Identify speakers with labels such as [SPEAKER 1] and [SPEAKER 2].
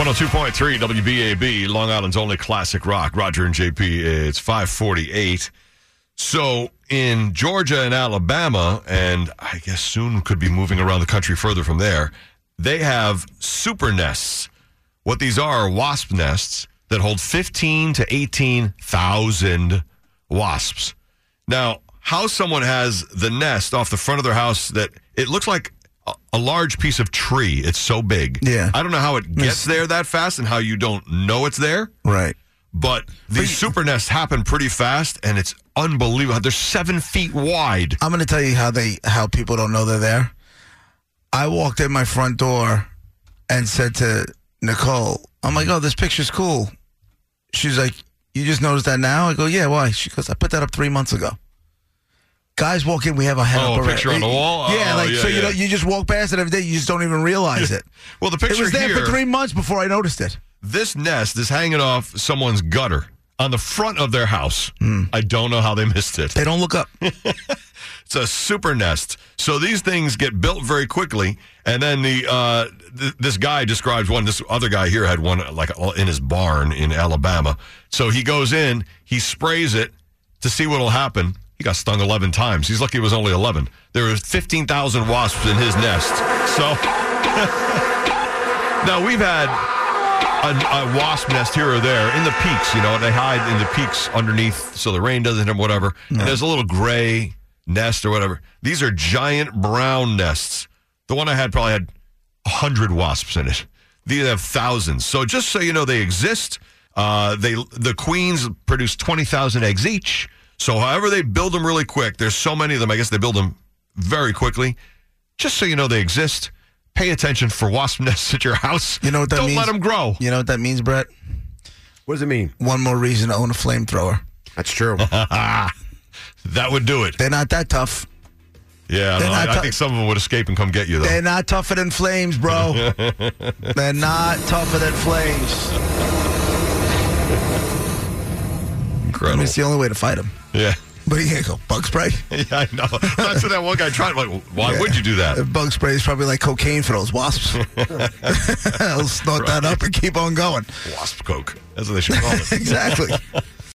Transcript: [SPEAKER 1] 102.3 WBAB, Long Island's only classic rock. Roger and JP, it's 548. So in Georgia and Alabama, and I guess soon could be moving around the country further from there, they have super nests. What these are are wasp nests that hold 15 to 18,000 wasps. Now, how someone has the nest off the front of their house that it looks like a, a large piece of tree. It's so big.
[SPEAKER 2] Yeah.
[SPEAKER 1] I don't know how it gets there that fast and how you don't know it's there,
[SPEAKER 2] Right.
[SPEAKER 1] but these super nests happen pretty fast and it's unbelievable. They're seven feet wide.
[SPEAKER 2] I'm going to tell you how they how people don't know they're there. I walked in my front door and said to Nicole, "I'm like, oh, this picture's cool." She's like, "You just noticed that now?" I go, "Yeah, why?" She goes, "I put that up three months ago." Guys walk in, we have a head
[SPEAKER 1] Oh,
[SPEAKER 2] up
[SPEAKER 1] a
[SPEAKER 2] already.
[SPEAKER 1] picture on the wall?
[SPEAKER 2] Yeah,
[SPEAKER 1] Oh,
[SPEAKER 2] like
[SPEAKER 1] yeah,
[SPEAKER 2] so you
[SPEAKER 1] yeah.
[SPEAKER 2] know, you just walk past it every day. You just don't even realize it.
[SPEAKER 1] Well, the picture
[SPEAKER 2] it was there
[SPEAKER 1] here,
[SPEAKER 2] for three months before I noticed it.
[SPEAKER 1] this nest is hanging off someone's gutter on the front of their house.
[SPEAKER 2] Hmm.
[SPEAKER 1] I don't know how they missed it.
[SPEAKER 2] They don't look up.
[SPEAKER 1] It's a super nest. So these things get built very quickly, and then the uh, th- this guy describes one. This other guy here had one like in his barn in Alabama. So he goes in, he sprays it to see what'll happen. He got stung eleven times. He's lucky it was only eleven. There was fifteen thousand wasps in his nest. So now we've had. A, a wasp nest here or there in the peaks, you know, they hide in the peaks underneath so the rain doesn't hit them, whatever. And there's a little gray nest or whatever. These are giant brown nests. The one I had probably had 100 wasps in it. These have thousands. So just so you know, they exist. Uh, they The queens produce 20,000 eggs each. So however they build them really quick, there's so many of them. I guess they build them very quickly. Just so you know they exist. Pay attention for wasp nests at your house.
[SPEAKER 2] You know what that
[SPEAKER 1] Don't
[SPEAKER 2] means?
[SPEAKER 1] let them grow.
[SPEAKER 2] You know what that means, Brett?
[SPEAKER 3] What does it mean?
[SPEAKER 2] One more reason to own a flamethrower.
[SPEAKER 3] That's true.
[SPEAKER 1] That would do it.
[SPEAKER 2] They're not that tough.
[SPEAKER 1] Yeah, I, don't
[SPEAKER 2] Then
[SPEAKER 1] know.
[SPEAKER 2] I
[SPEAKER 1] I
[SPEAKER 2] thought-
[SPEAKER 1] think some of them would escape and come get you, though.
[SPEAKER 2] They're not tougher than flames, bro. They're not tougher than flames. I mean,
[SPEAKER 1] Incredible.
[SPEAKER 2] it's the only way to fight them.
[SPEAKER 1] Yeah.
[SPEAKER 2] But you can't go bug spray.
[SPEAKER 1] yeah, I know. That's what that one guy tried. Like, why
[SPEAKER 2] Yeah.
[SPEAKER 1] would you do that?
[SPEAKER 2] Uh, Bug spray is probably like cocaine for those wasps. I'll snort that up and keep on going.
[SPEAKER 1] Wasp coke. That's what they should call it.
[SPEAKER 2] Exactly.